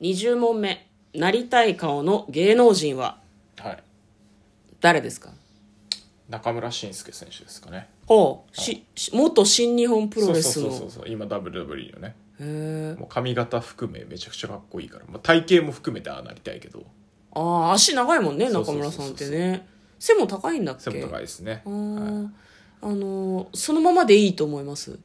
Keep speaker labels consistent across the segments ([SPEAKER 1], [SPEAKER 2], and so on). [SPEAKER 1] 20問目なりたい顔の芸能人は
[SPEAKER 2] はい
[SPEAKER 1] 誰ですか
[SPEAKER 2] 中村俊輔選手ですかね
[SPEAKER 1] ほう、しし元新日本プロ
[SPEAKER 2] そう
[SPEAKER 1] レ
[SPEAKER 2] そ
[SPEAKER 1] スの
[SPEAKER 2] うそうそう今 WWE のね
[SPEAKER 1] へえ
[SPEAKER 2] もう髪型含めめちゃくちゃかっこいいから、まあ、体型も含めてああなりたいけど
[SPEAKER 1] ああ足長いもんね
[SPEAKER 2] そう
[SPEAKER 1] 中
[SPEAKER 2] そうそ
[SPEAKER 1] 村
[SPEAKER 2] うそ
[SPEAKER 1] さ
[SPEAKER 2] うん
[SPEAKER 1] ってね背も高いんだっけ
[SPEAKER 2] 背も高いですね
[SPEAKER 1] あ
[SPEAKER 2] はい
[SPEAKER 1] ーあのーそのままでいいと思います、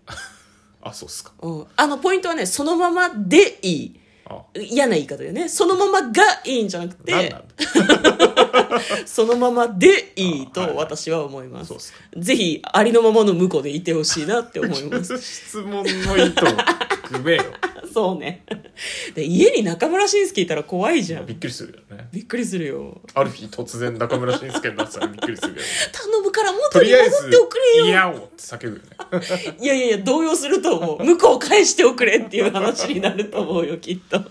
[SPEAKER 2] あそうっすか
[SPEAKER 1] うん、あのポイントはねそのままでいい
[SPEAKER 2] あ
[SPEAKER 1] 嫌な言い方でねそのままがいいんじゃなく
[SPEAKER 2] 何
[SPEAKER 1] て
[SPEAKER 2] なんだ
[SPEAKER 1] そのままでいい
[SPEAKER 2] あはい
[SPEAKER 1] と私は思います、
[SPEAKER 2] そうっすか
[SPEAKER 1] ぜひありのままの婿でいてほしいなって思います
[SPEAKER 2] 質問の意図を組めよ
[SPEAKER 1] そうねで家に中村慎介いたら怖いじゃん
[SPEAKER 2] びっくりするよね
[SPEAKER 1] びっくりするよ
[SPEAKER 2] ある日突然中村俊輔になってたらびっくりするよ ね
[SPEAKER 1] 頼むから
[SPEAKER 2] と
[SPEAKER 1] 元に
[SPEAKER 2] りあえ
[SPEAKER 1] 戻
[SPEAKER 2] ず
[SPEAKER 1] っておく
[SPEAKER 2] 「
[SPEAKER 1] れよ
[SPEAKER 2] いやお!」って叫ぶよね
[SPEAKER 1] いやいやいや、動揺すると思う。向こう返しておくれっていう話になると思うよ、きっと。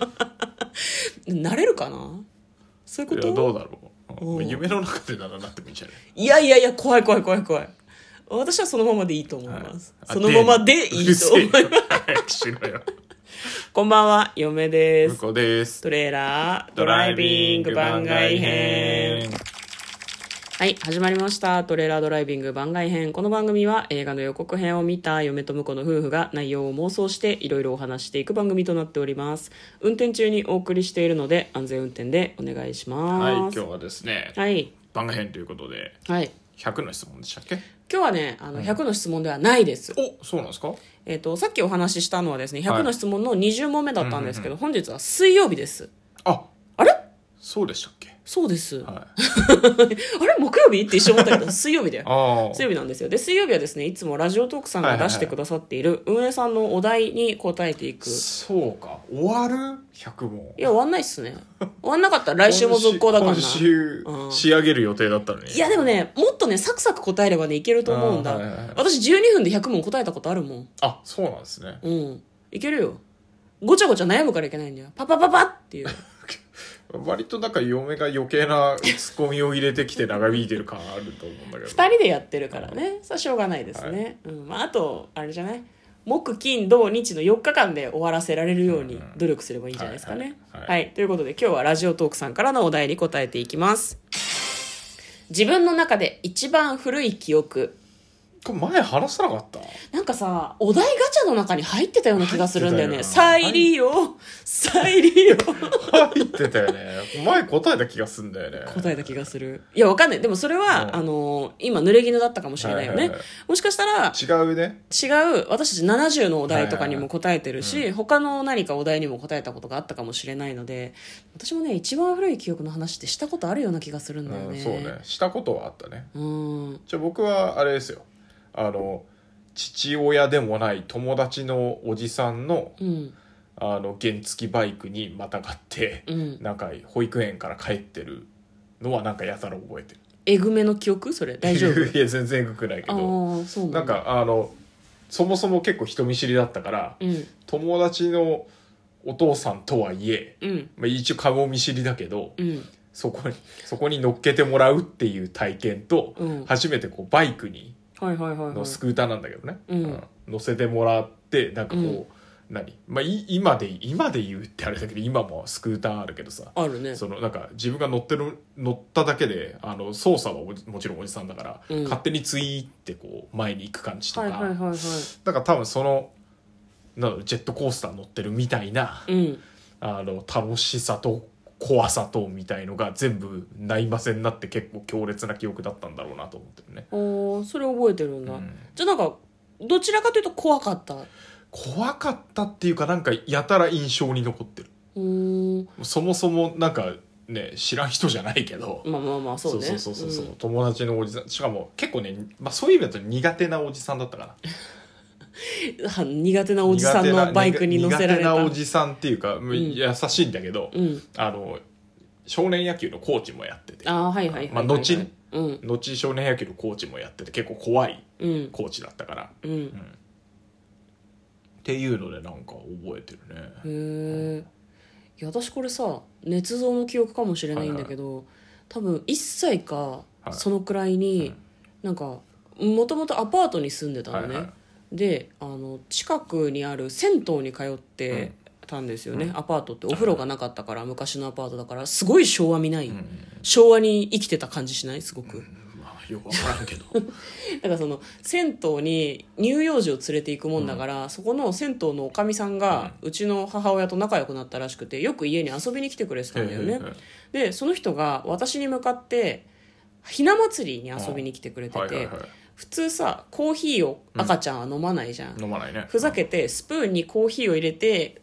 [SPEAKER 1] なれるかなそういうこ
[SPEAKER 2] いや
[SPEAKER 1] と
[SPEAKER 2] どうだろう
[SPEAKER 1] おう
[SPEAKER 2] 夢の中でならなってもいいんじゃない
[SPEAKER 1] いやいやいや、怖い怖い怖い怖い。私はそのままでいいと思います。
[SPEAKER 2] あ
[SPEAKER 1] そのままでいいと思います。
[SPEAKER 2] うるせえよ早くしろよ
[SPEAKER 1] こんばんは、嫁で
[SPEAKER 2] 向
[SPEAKER 1] す。
[SPEAKER 2] こうです
[SPEAKER 1] トレーラー、ドライビング番外編。はい、始まりました。トレーラードライビング番外編。この番組は映画の予告編を見た嫁と婿の夫婦が内容を妄想していろいろお話していく番組となっております。運転中にお送りしているので安全運転でお願いし
[SPEAKER 2] はい
[SPEAKER 1] ま
[SPEAKER 2] 今
[SPEAKER 1] す。
[SPEAKER 2] 日はですね
[SPEAKER 1] はい、
[SPEAKER 2] 番外編ということで
[SPEAKER 1] はい。
[SPEAKER 2] 100の質問でしたっけ
[SPEAKER 1] 今日はね、あの、100の質問ではないです。
[SPEAKER 2] おそうなんですか
[SPEAKER 1] えっ、と、さっきお話ししたのはですね、
[SPEAKER 2] は
[SPEAKER 1] 100
[SPEAKER 2] い
[SPEAKER 1] の質問の20問目だったんですけど、本日は水曜日です。
[SPEAKER 2] あ
[SPEAKER 1] あれ
[SPEAKER 2] そうでしたっけ
[SPEAKER 1] そうです。あ
[SPEAKER 2] はい
[SPEAKER 1] れ木曜日って一瞬思ったけ ど、水曜日だよ。
[SPEAKER 2] あ
[SPEAKER 1] 水曜日なんですよで水曜日はですねいつもラジオトークさんが出してくださっている運営さんのお題に答えていく、
[SPEAKER 2] あ
[SPEAKER 1] い
[SPEAKER 2] そうか終わる100問
[SPEAKER 1] や終わんないっすね終わんなかったら来週も続行だからな
[SPEAKER 2] 今週
[SPEAKER 1] うん
[SPEAKER 2] 仕上げる予定だったのに
[SPEAKER 1] いやでもねもっとねサクサク答えればねいけると思うんだ、
[SPEAKER 2] あーはいはいはい
[SPEAKER 1] 私12分で100問答えたことあるもん
[SPEAKER 2] あそうなんですね
[SPEAKER 1] うんいけるよごちゃごちゃ悩むからいけないんだよパパパパっていう
[SPEAKER 2] 割となんか嫁が余計なツッコミを入れてきて長引いてる感あると思うんだけど
[SPEAKER 1] 2人でやってるからねさあしょうがないですね、うんまあ、あとあれじゃない木金土日の4日間で終わらせられるように努力すればいいんじゃないですかね、
[SPEAKER 2] はいはい
[SPEAKER 1] は
[SPEAKER 2] はい
[SPEAKER 1] い、ということで今日はラジオトークさんからのお題に答えていきます自分の中で一番古い記憶
[SPEAKER 2] これ前話さなかった
[SPEAKER 1] なんかさお題ガチャの中に入ってたような気がするんだよね
[SPEAKER 2] 入ってたよ
[SPEAKER 1] 再利用再利 用
[SPEAKER 2] 入ってたよね前答えた気がすんだよね
[SPEAKER 1] 答えた気がするいやわかんないでもそれは、
[SPEAKER 2] うん
[SPEAKER 1] あの今濡れ衣だったかもしれないよね、
[SPEAKER 2] はいはいはい
[SPEAKER 1] もしかしたら
[SPEAKER 2] 違うね
[SPEAKER 1] 違う私たち70のお題とかにも答えてるし、他の何かお題にも答えたことがあったかもしれないので私もね一番古い記憶の話ってしたことあるような気がするんだよ
[SPEAKER 2] う
[SPEAKER 1] ね、
[SPEAKER 2] ん、そうねしたことはあったね
[SPEAKER 1] うん
[SPEAKER 2] じゃあ僕はあれですよあの父親でもない友達のおじさんの
[SPEAKER 1] うん
[SPEAKER 2] あの原付バイクにまたがって、
[SPEAKER 1] うん
[SPEAKER 2] なんか保育園から帰ってるのはなんかやたら覚えてる
[SPEAKER 1] えぐめの記憶それ大丈夫
[SPEAKER 2] いや全然えぐくないけど
[SPEAKER 1] ああそうな
[SPEAKER 2] なんかあのそもそも結構人見知りだったから、
[SPEAKER 1] うん
[SPEAKER 2] 友達のお父さんとはいえ、
[SPEAKER 1] うん
[SPEAKER 2] まあ、一応顔見知りだけど、
[SPEAKER 1] うん
[SPEAKER 2] そこにそこに乗っけてもらうっていう体験と、
[SPEAKER 1] うん
[SPEAKER 2] 初めてこうバイクに
[SPEAKER 1] はいはいはいは
[SPEAKER 2] の
[SPEAKER 1] い
[SPEAKER 2] スクーターなんだけどね、
[SPEAKER 1] うん
[SPEAKER 2] 乗せてもらってなんかこう、
[SPEAKER 1] うん
[SPEAKER 2] 何、まあ、い今で今で言うってあれだけど今もスクーターあるけどさ
[SPEAKER 1] あるね
[SPEAKER 2] そのなんか自分が乗ってる乗っただけであの操作はおじもちろんおじさんだから、
[SPEAKER 1] うん
[SPEAKER 2] 勝手にツイーってこう前に行く感じと
[SPEAKER 1] は
[SPEAKER 2] か、
[SPEAKER 1] いはいはいは
[SPEAKER 2] だから多分そのなんだろうジェットコースター乗ってるみたいな、
[SPEAKER 1] いうん
[SPEAKER 2] あの楽しさと怖さとみたいのが全部ないませんなって結構強烈な記憶だったんだろうなと思ってるね。
[SPEAKER 1] おーそれ覚えてるんだ、
[SPEAKER 2] うん
[SPEAKER 1] じゃあなんかどちらかというと怖かったう
[SPEAKER 2] 怖かったっていうかなんかやたら印象に残ってる
[SPEAKER 1] ーん
[SPEAKER 2] そもそもなんかね知らん人じゃないけど、
[SPEAKER 1] まあまあまあそうね
[SPEAKER 2] そうそうそうそう、
[SPEAKER 1] ん
[SPEAKER 2] 友達のおじさんしかも結構ね、まあ、そういう意味だと苦手なおじさんだったか
[SPEAKER 1] は苦手な
[SPEAKER 2] ら
[SPEAKER 1] おじさん
[SPEAKER 2] 苦手
[SPEAKER 1] の
[SPEAKER 2] な
[SPEAKER 1] バイクに乗せられた
[SPEAKER 2] 苦手なおじさんっていうか、もう優しいんだけど、
[SPEAKER 1] うん
[SPEAKER 2] あの少年野球のコーチもやってて
[SPEAKER 1] ああはいはいはいはい、
[SPEAKER 2] まあ後に
[SPEAKER 1] うん
[SPEAKER 2] 後少年野球のコーチもやってて結構怖い
[SPEAKER 1] うん
[SPEAKER 2] コーチだったから、
[SPEAKER 1] う
[SPEAKER 2] うんんっていうのでなんか覚えてるね、
[SPEAKER 1] へえいや私これさ捏造の記憶かもしれないんだけど、多分1歳か
[SPEAKER 2] い
[SPEAKER 1] そのくらいに、
[SPEAKER 2] うん
[SPEAKER 1] なんかもともとアパートに住んでたのね、
[SPEAKER 2] はいは
[SPEAKER 1] であの近くにある銭湯に通って、たんですよね、アパートってお風呂がなかったから昔のアパートだからすごい昭和見ない、
[SPEAKER 2] ん
[SPEAKER 1] 昭和に生きてた感じしないすごく、
[SPEAKER 2] まあよくわからんけど
[SPEAKER 1] だ からその銭湯に乳幼児を連れて行くもんだから、そこの銭湯のおかみさんが、うちの母親と仲良くなったらしくてよく家に遊びに来てくれてたんだよね、
[SPEAKER 2] へえへえ
[SPEAKER 1] でその人が私に向かってひな祭りに遊びに来てくれてて、
[SPEAKER 2] はいはいは
[SPEAKER 1] 普通さコーヒーを赤ちゃんは飲まないじゃん、
[SPEAKER 2] い飲まないね
[SPEAKER 1] ふざけてスプーンにコーヒーを入れて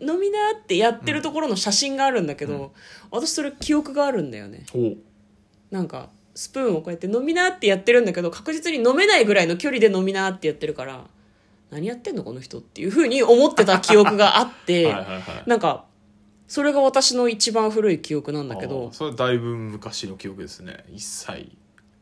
[SPEAKER 1] 飲みなってやってるところの写真があるんだけど、私それ記憶があるんだよね
[SPEAKER 2] おう
[SPEAKER 1] なんかスプーンをこうやって飲みなってやってるんだけど確実に飲めないぐらいの距離で飲みなってやってるから何やってんのこの人っていうふうに思ってた記憶があって
[SPEAKER 2] はいはいはい
[SPEAKER 1] なんかそれが私の一番古い記憶なんだけ
[SPEAKER 2] あ
[SPEAKER 1] ど
[SPEAKER 2] ーそれはだいぶ昔の記憶ですね一切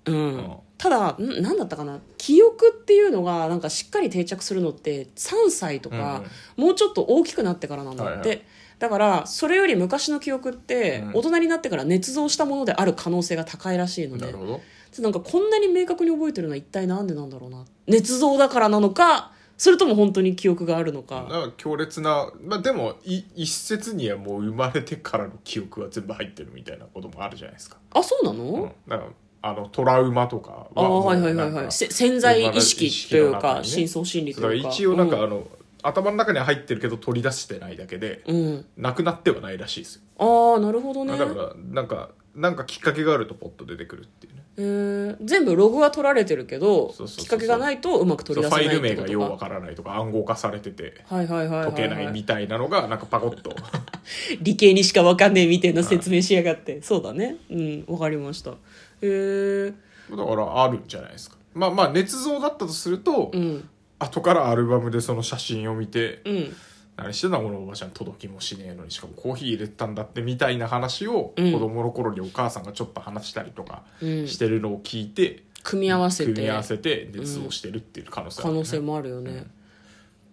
[SPEAKER 1] うん
[SPEAKER 2] あ、
[SPEAKER 1] ただん何だったかな記憶っていうのがなんかしっかり定着するのって3歳とか、もうちょっと大きくなってからなんだって、
[SPEAKER 2] はいはい
[SPEAKER 1] だからそれより昔の記憶って
[SPEAKER 2] うん
[SPEAKER 1] 大人になってから捏造したものである可能性が高いらしいの
[SPEAKER 2] な
[SPEAKER 1] で、
[SPEAKER 2] るほど
[SPEAKER 1] でなんかこんなに明確に覚えてるのは一体なんでなんだろうな捏造だからなのかそれとも本当に記憶があるの
[SPEAKER 2] だ
[SPEAKER 1] か、
[SPEAKER 2] から強烈な、まあ、でもい一説にはもう生まれてからの記憶は全部入ってるみたいなこともあるじゃないですか、
[SPEAKER 1] あそうな
[SPEAKER 2] うん
[SPEAKER 1] の、、
[SPEAKER 2] だからあのトラウマとか
[SPEAKER 1] ああ
[SPEAKER 2] もう
[SPEAKER 1] はいはいは
[SPEAKER 2] ないんか
[SPEAKER 1] はいせ潜在意識という
[SPEAKER 2] 生まれ
[SPEAKER 1] か
[SPEAKER 2] 意識の中にね
[SPEAKER 1] 深層心理
[SPEAKER 2] だ
[SPEAKER 1] と
[SPEAKER 2] か
[SPEAKER 1] い
[SPEAKER 2] ら
[SPEAKER 1] うか
[SPEAKER 2] 一応なんかあの、頭の中には入ってるけど取り出してないだけで
[SPEAKER 1] うん、うん
[SPEAKER 2] なくなってはないらしいですよ、
[SPEAKER 1] ああなるほどね
[SPEAKER 2] だからなんかなんかきっかけがあるとポッと出てくるっていうね
[SPEAKER 1] えー全部ログは取られてるけど
[SPEAKER 2] そうそうそうそう
[SPEAKER 1] きっかけがないとうまく取り出せ
[SPEAKER 2] そう
[SPEAKER 1] な
[SPEAKER 2] フ
[SPEAKER 1] い
[SPEAKER 2] ァ
[SPEAKER 1] って
[SPEAKER 2] イル名
[SPEAKER 1] こ
[SPEAKER 2] が
[SPEAKER 1] と
[SPEAKER 2] ようわ
[SPEAKER 1] か
[SPEAKER 2] からないとか暗号化されてて
[SPEAKER 1] はいはいはいはい、はい、
[SPEAKER 2] 解けないみたいなのがなんかパコ ッと
[SPEAKER 1] 理系にしか分かんねえみたいな説明しやがって、そうだねうん分かりましたへえ
[SPEAKER 2] だからあるんじゃないですかまあまあ捏造だったとすると、
[SPEAKER 1] うん
[SPEAKER 2] 後からアルバムでその写真を見て、
[SPEAKER 1] うん
[SPEAKER 2] 何してたこのおばちゃん届きもしねえのにしかもコーヒー入れてたんだってみたいな話を
[SPEAKER 1] うん
[SPEAKER 2] 子供の頃にお母さんがちょっと話したりとか
[SPEAKER 1] うん
[SPEAKER 2] してるのを聞いて、
[SPEAKER 1] 組み合わせて
[SPEAKER 2] 組み合わせて熱をしてるっていう可能性あ
[SPEAKER 1] 可
[SPEAKER 2] るね
[SPEAKER 1] 能性もあるよね、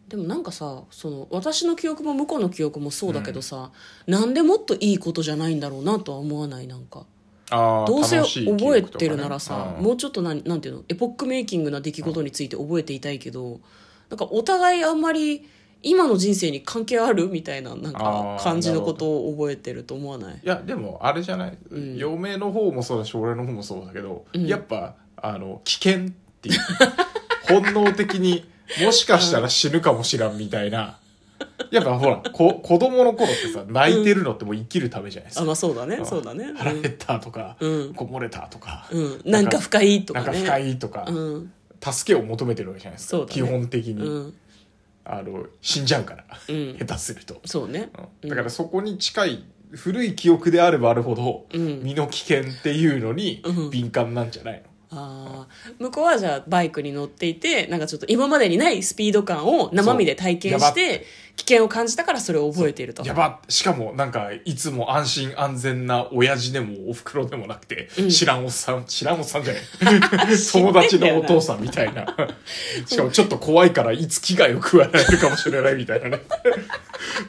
[SPEAKER 1] でもなんかさその私の記憶も向こうの記憶もそうだけどさ、なんでもっといいことじゃないんだろうなとは思わないなんか
[SPEAKER 2] あー
[SPEAKER 1] どうせ
[SPEAKER 2] 楽しい記憶
[SPEAKER 1] 覚え
[SPEAKER 2] とかね
[SPEAKER 1] てるならさ、
[SPEAKER 2] うん
[SPEAKER 1] もうちょっとなんなんていうのエポックメイキングな出来事について覚えていたいけど、なんかお互いあんまり今の人生に関係あるみたいななんか
[SPEAKER 2] あー
[SPEAKER 1] 感じのことを覚えてると思わない
[SPEAKER 2] いやでもあれじゃない、
[SPEAKER 1] ん
[SPEAKER 2] 嫁の方もそうだし俺の方もそうだけど、
[SPEAKER 1] うん
[SPEAKER 2] やっぱあの危険っていう 本能的にもしかしたら死ぬかもしらんみたいなやっぱほらこ子供の頃ってさ泣いてるのってもう生きるためじゃないですか
[SPEAKER 1] あ、まあそうだね
[SPEAKER 2] うん
[SPEAKER 1] そうだねうん
[SPEAKER 2] 腹減ったとか、
[SPEAKER 1] うん
[SPEAKER 2] こぼれたとか、
[SPEAKER 1] うん、なんか深いと
[SPEAKER 2] な
[SPEAKER 1] か
[SPEAKER 2] んか
[SPEAKER 1] ね
[SPEAKER 2] 深いとか、
[SPEAKER 1] うん
[SPEAKER 2] 助けを求めてるわけじゃないですか、
[SPEAKER 1] そうだね
[SPEAKER 2] 基本的に、
[SPEAKER 1] うん
[SPEAKER 2] あの死んじゃうから、
[SPEAKER 1] うん
[SPEAKER 2] 下手すると、
[SPEAKER 1] そうね
[SPEAKER 2] うんだからそこに近い古い記憶であればあるほど、
[SPEAKER 1] うん
[SPEAKER 2] 身の危険っていうのに
[SPEAKER 1] うん
[SPEAKER 2] 敏感なんじゃないの、
[SPEAKER 1] あー向こうはじゃあバイクに乗っていてなんかちょっと今までにないスピード感を生身で体験
[SPEAKER 2] そうやば
[SPEAKER 1] し
[SPEAKER 2] って
[SPEAKER 1] 危険を感じたからそれを覚えていると
[SPEAKER 2] やばしかもなんかいつも安心安全な親父でもおふくろでもなくて、
[SPEAKER 1] うん
[SPEAKER 2] 知らんおっさん知らんおっさんじゃな い
[SPEAKER 1] んでん
[SPEAKER 2] 友
[SPEAKER 1] だよな
[SPEAKER 2] 達のお父さんみた いなしかもちょっと怖いからいつ危害を加えられるかもしれないみたいなね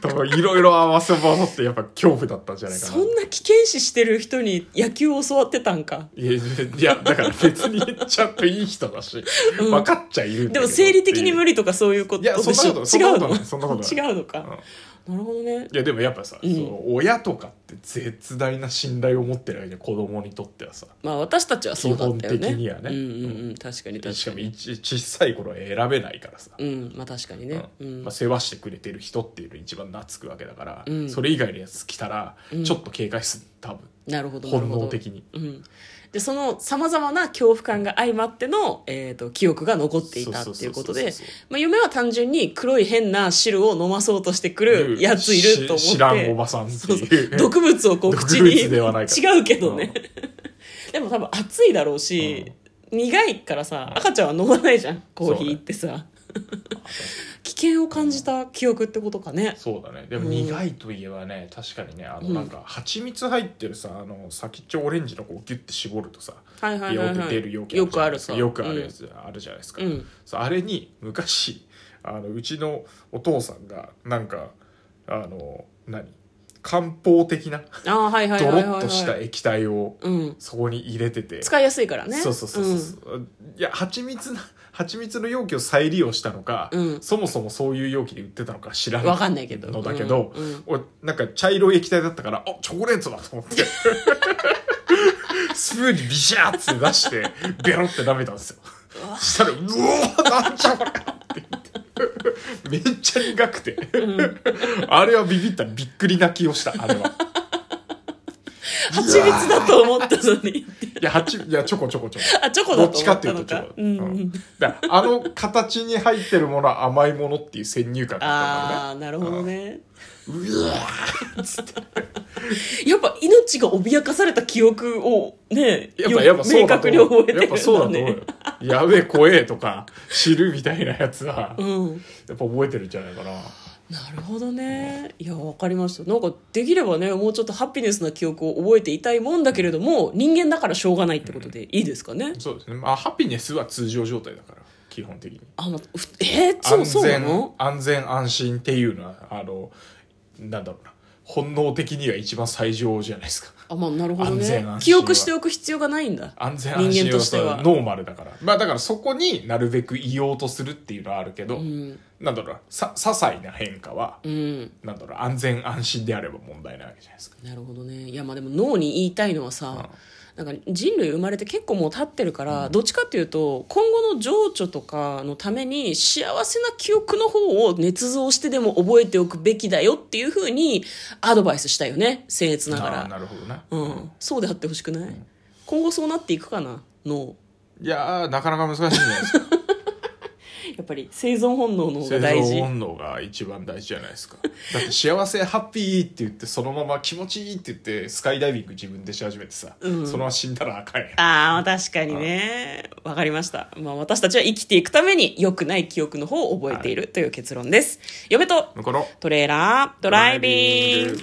[SPEAKER 2] 多分いろいろ合わせ技ってやっぱ恐怖だったんじゃないかな
[SPEAKER 1] そんな危険視してる人に野球を教わってたんか
[SPEAKER 2] いやいやだから別にちゃんといい人だし、分かっちゃいるん
[SPEAKER 1] で
[SPEAKER 2] だけど
[SPEAKER 1] も生理的に無
[SPEAKER 2] 理
[SPEAKER 1] 理とかそういうこと
[SPEAKER 2] いやそんなこと
[SPEAKER 1] でしょ違うの
[SPEAKER 2] そんなことないそん
[SPEAKER 1] 違
[SPEAKER 2] なことない
[SPEAKER 1] うのか、なるほどね
[SPEAKER 2] いやでもやっぱさ、
[SPEAKER 1] ん
[SPEAKER 2] その親とかって絶大な信頼を持ってるわけじゃん子供にとってはさ
[SPEAKER 1] まあ私たちはそうだったよね
[SPEAKER 2] 基本的にはね
[SPEAKER 1] うんうんうん確かに確
[SPEAKER 2] し
[SPEAKER 1] か
[SPEAKER 2] か
[SPEAKER 1] に
[SPEAKER 2] も一小さい頃は選べないからさ、
[SPEAKER 1] うんまあ確かにねう
[SPEAKER 2] うん
[SPEAKER 1] ん
[SPEAKER 2] まあ、世話してくれてる人っていうのに一番懐くわけだから、
[SPEAKER 1] うん
[SPEAKER 2] それ以外のやつ来たらちょっと警戒する多分、
[SPEAKER 1] なるほどなる
[SPEAKER 2] 本
[SPEAKER 1] ほど
[SPEAKER 2] 能的に
[SPEAKER 1] うん、でそのさまざまな恐怖感が相まっての、えー、と記憶が残っていたっていうこと
[SPEAKER 2] そ
[SPEAKER 1] で
[SPEAKER 2] うそうそうそうそ
[SPEAKER 1] まあ夢は単純に黒い変な汁を飲まそうとしてく
[SPEAKER 2] う
[SPEAKER 1] るやついると思って
[SPEAKER 2] し知らんおばさんって
[SPEAKER 1] そうそう
[SPEAKER 2] いう
[SPEAKER 1] 毒物をこう口
[SPEAKER 2] 毒
[SPEAKER 1] に
[SPEAKER 2] 物ではないから
[SPEAKER 1] 違うけどね、 でも多分暑いだろうし、苦いからさ赤ちゃんは飲まないじゃんコーヒーってさ 危険を感じた記憶ってことかね
[SPEAKER 2] そうだねでも苦いといえばね、確かにねあの
[SPEAKER 1] うん
[SPEAKER 2] なんか蜂蜜入ってるさあの先っちょオレンジのこうギュッて絞るとさ
[SPEAKER 1] はいはい
[SPEAKER 2] ビヨ
[SPEAKER 1] は
[SPEAKER 2] ー
[SPEAKER 1] い、
[SPEAKER 2] ンっ
[SPEAKER 1] は
[SPEAKER 2] て出る容
[SPEAKER 1] い、
[SPEAKER 2] 器
[SPEAKER 1] よくあるさ
[SPEAKER 2] さよくあるやつあるじゃないですか、
[SPEAKER 1] うん
[SPEAKER 2] そうあれに昔あのうちのお父さんがなんかあの何漢方的な
[SPEAKER 1] ああはいはい
[SPEAKER 2] ド
[SPEAKER 1] は
[SPEAKER 2] ロ
[SPEAKER 1] いはい、
[SPEAKER 2] ッ
[SPEAKER 1] はい、
[SPEAKER 2] とした液体を
[SPEAKER 1] うん
[SPEAKER 2] そこに入れてて、
[SPEAKER 1] 使いやすいからね
[SPEAKER 2] そうそうそうそう、いや蜂蜜な蜂蜜の容器を再利用したのか、
[SPEAKER 1] うん
[SPEAKER 2] そもそもそういう容器で売ってたのか知ら
[SPEAKER 1] ん、わかんないけど
[SPEAKER 2] のだけど、
[SPEAKER 1] うんうん
[SPEAKER 2] 俺なんか茶色い液体だったからあチョコレートだと思って スプーンにビシャーって出してベロって舐めたんですよしたら「うおーなんじゃこれ!」って言ってめっちゃ苦くて、あれはビビったびっくり泣きをしたあれは
[SPEAKER 1] 蜂蜜だと思ったのに
[SPEAKER 2] いや蜂いやチョコチョコチョコ
[SPEAKER 1] あチョコ
[SPEAKER 2] ど
[SPEAKER 1] だ
[SPEAKER 2] っ
[SPEAKER 1] と
[SPEAKER 2] ち
[SPEAKER 1] 思
[SPEAKER 2] かっ
[SPEAKER 1] って
[SPEAKER 2] い
[SPEAKER 1] たの
[SPEAKER 2] うとチ
[SPEAKER 1] か
[SPEAKER 2] ョコ、
[SPEAKER 1] うんう
[SPEAKER 2] うん
[SPEAKER 1] ん
[SPEAKER 2] だからあの形に入ってるものは甘いものっていう先入観だったからね
[SPEAKER 1] ああなるほどね
[SPEAKER 2] うわーっつって
[SPEAKER 1] やっぱ命が脅かされた記憶をね
[SPEAKER 2] やっぱやっぱそう
[SPEAKER 1] 明
[SPEAKER 2] だと
[SPEAKER 1] 確に
[SPEAKER 2] 思
[SPEAKER 1] 覚え
[SPEAKER 2] う
[SPEAKER 1] てるんだ、ね、
[SPEAKER 2] やっぱそうだと思うよやべえ怖えとか知るみたいなやつはやっ
[SPEAKER 1] うん
[SPEAKER 2] ぱ覚えてるんじゃないかな
[SPEAKER 1] なるほどねいやわかりましたなんかできればねもうちょっとハピネスな記憶を覚えていたいもんだけれども人間だからしょうがないってことでいいですかね、
[SPEAKER 2] そうですねまあハピネスは通常状態だから基本的に
[SPEAKER 1] あのふえー、そう
[SPEAKER 2] 安
[SPEAKER 1] そうな
[SPEAKER 2] 全
[SPEAKER 1] の
[SPEAKER 2] 安全安心っていうのはあのなんだろうな本能的には一番最上じゃないですか
[SPEAKER 1] あまあなるほど
[SPEAKER 2] 安全安
[SPEAKER 1] ね
[SPEAKER 2] 心は
[SPEAKER 1] 記憶しておく必要がないんだ
[SPEAKER 2] 安全安心
[SPEAKER 1] 人間としては
[SPEAKER 2] そうノーマルだからまあだからそこになるべくいようとするっていうのはあるけど、
[SPEAKER 1] うん
[SPEAKER 2] なんだろうなさ些細な変化は、
[SPEAKER 1] うん
[SPEAKER 2] なんだろう安全安心であれば問題ないわけじゃないですか
[SPEAKER 1] なるほどねいやまあでも脳に言いたいのはさ、なんか人類生まれて結構もう経ってるから、どっちかっていうと今後の情緒とかのために幸せな記憶の方を捏造してでも覚えておくべきだよっていうふうにアドバイスしたいよね僭越なが
[SPEAKER 2] あー
[SPEAKER 1] ら、
[SPEAKER 2] なるほどな、
[SPEAKER 1] うん、そうであってほしくない、今後そうなっていくかな脳
[SPEAKER 2] いやーなかなか難しいんじゃないですか
[SPEAKER 1] やっぱり生存本能の方
[SPEAKER 2] 生
[SPEAKER 1] が 大
[SPEAKER 2] 存
[SPEAKER 1] 事
[SPEAKER 2] 本能が一番大事じゃないですかだって幸せハッピーって言ってそのまま気持ちいいって言ってスカイダイビング自分でし始めてさ、
[SPEAKER 1] うん
[SPEAKER 2] そのまま死んだらあかんやん
[SPEAKER 1] ああ確かにねわかりました、まあ、私たちは生きていくために良くない記憶の方を覚えているという結論です、嫁と
[SPEAKER 2] 向こうの
[SPEAKER 1] トレーラードライビング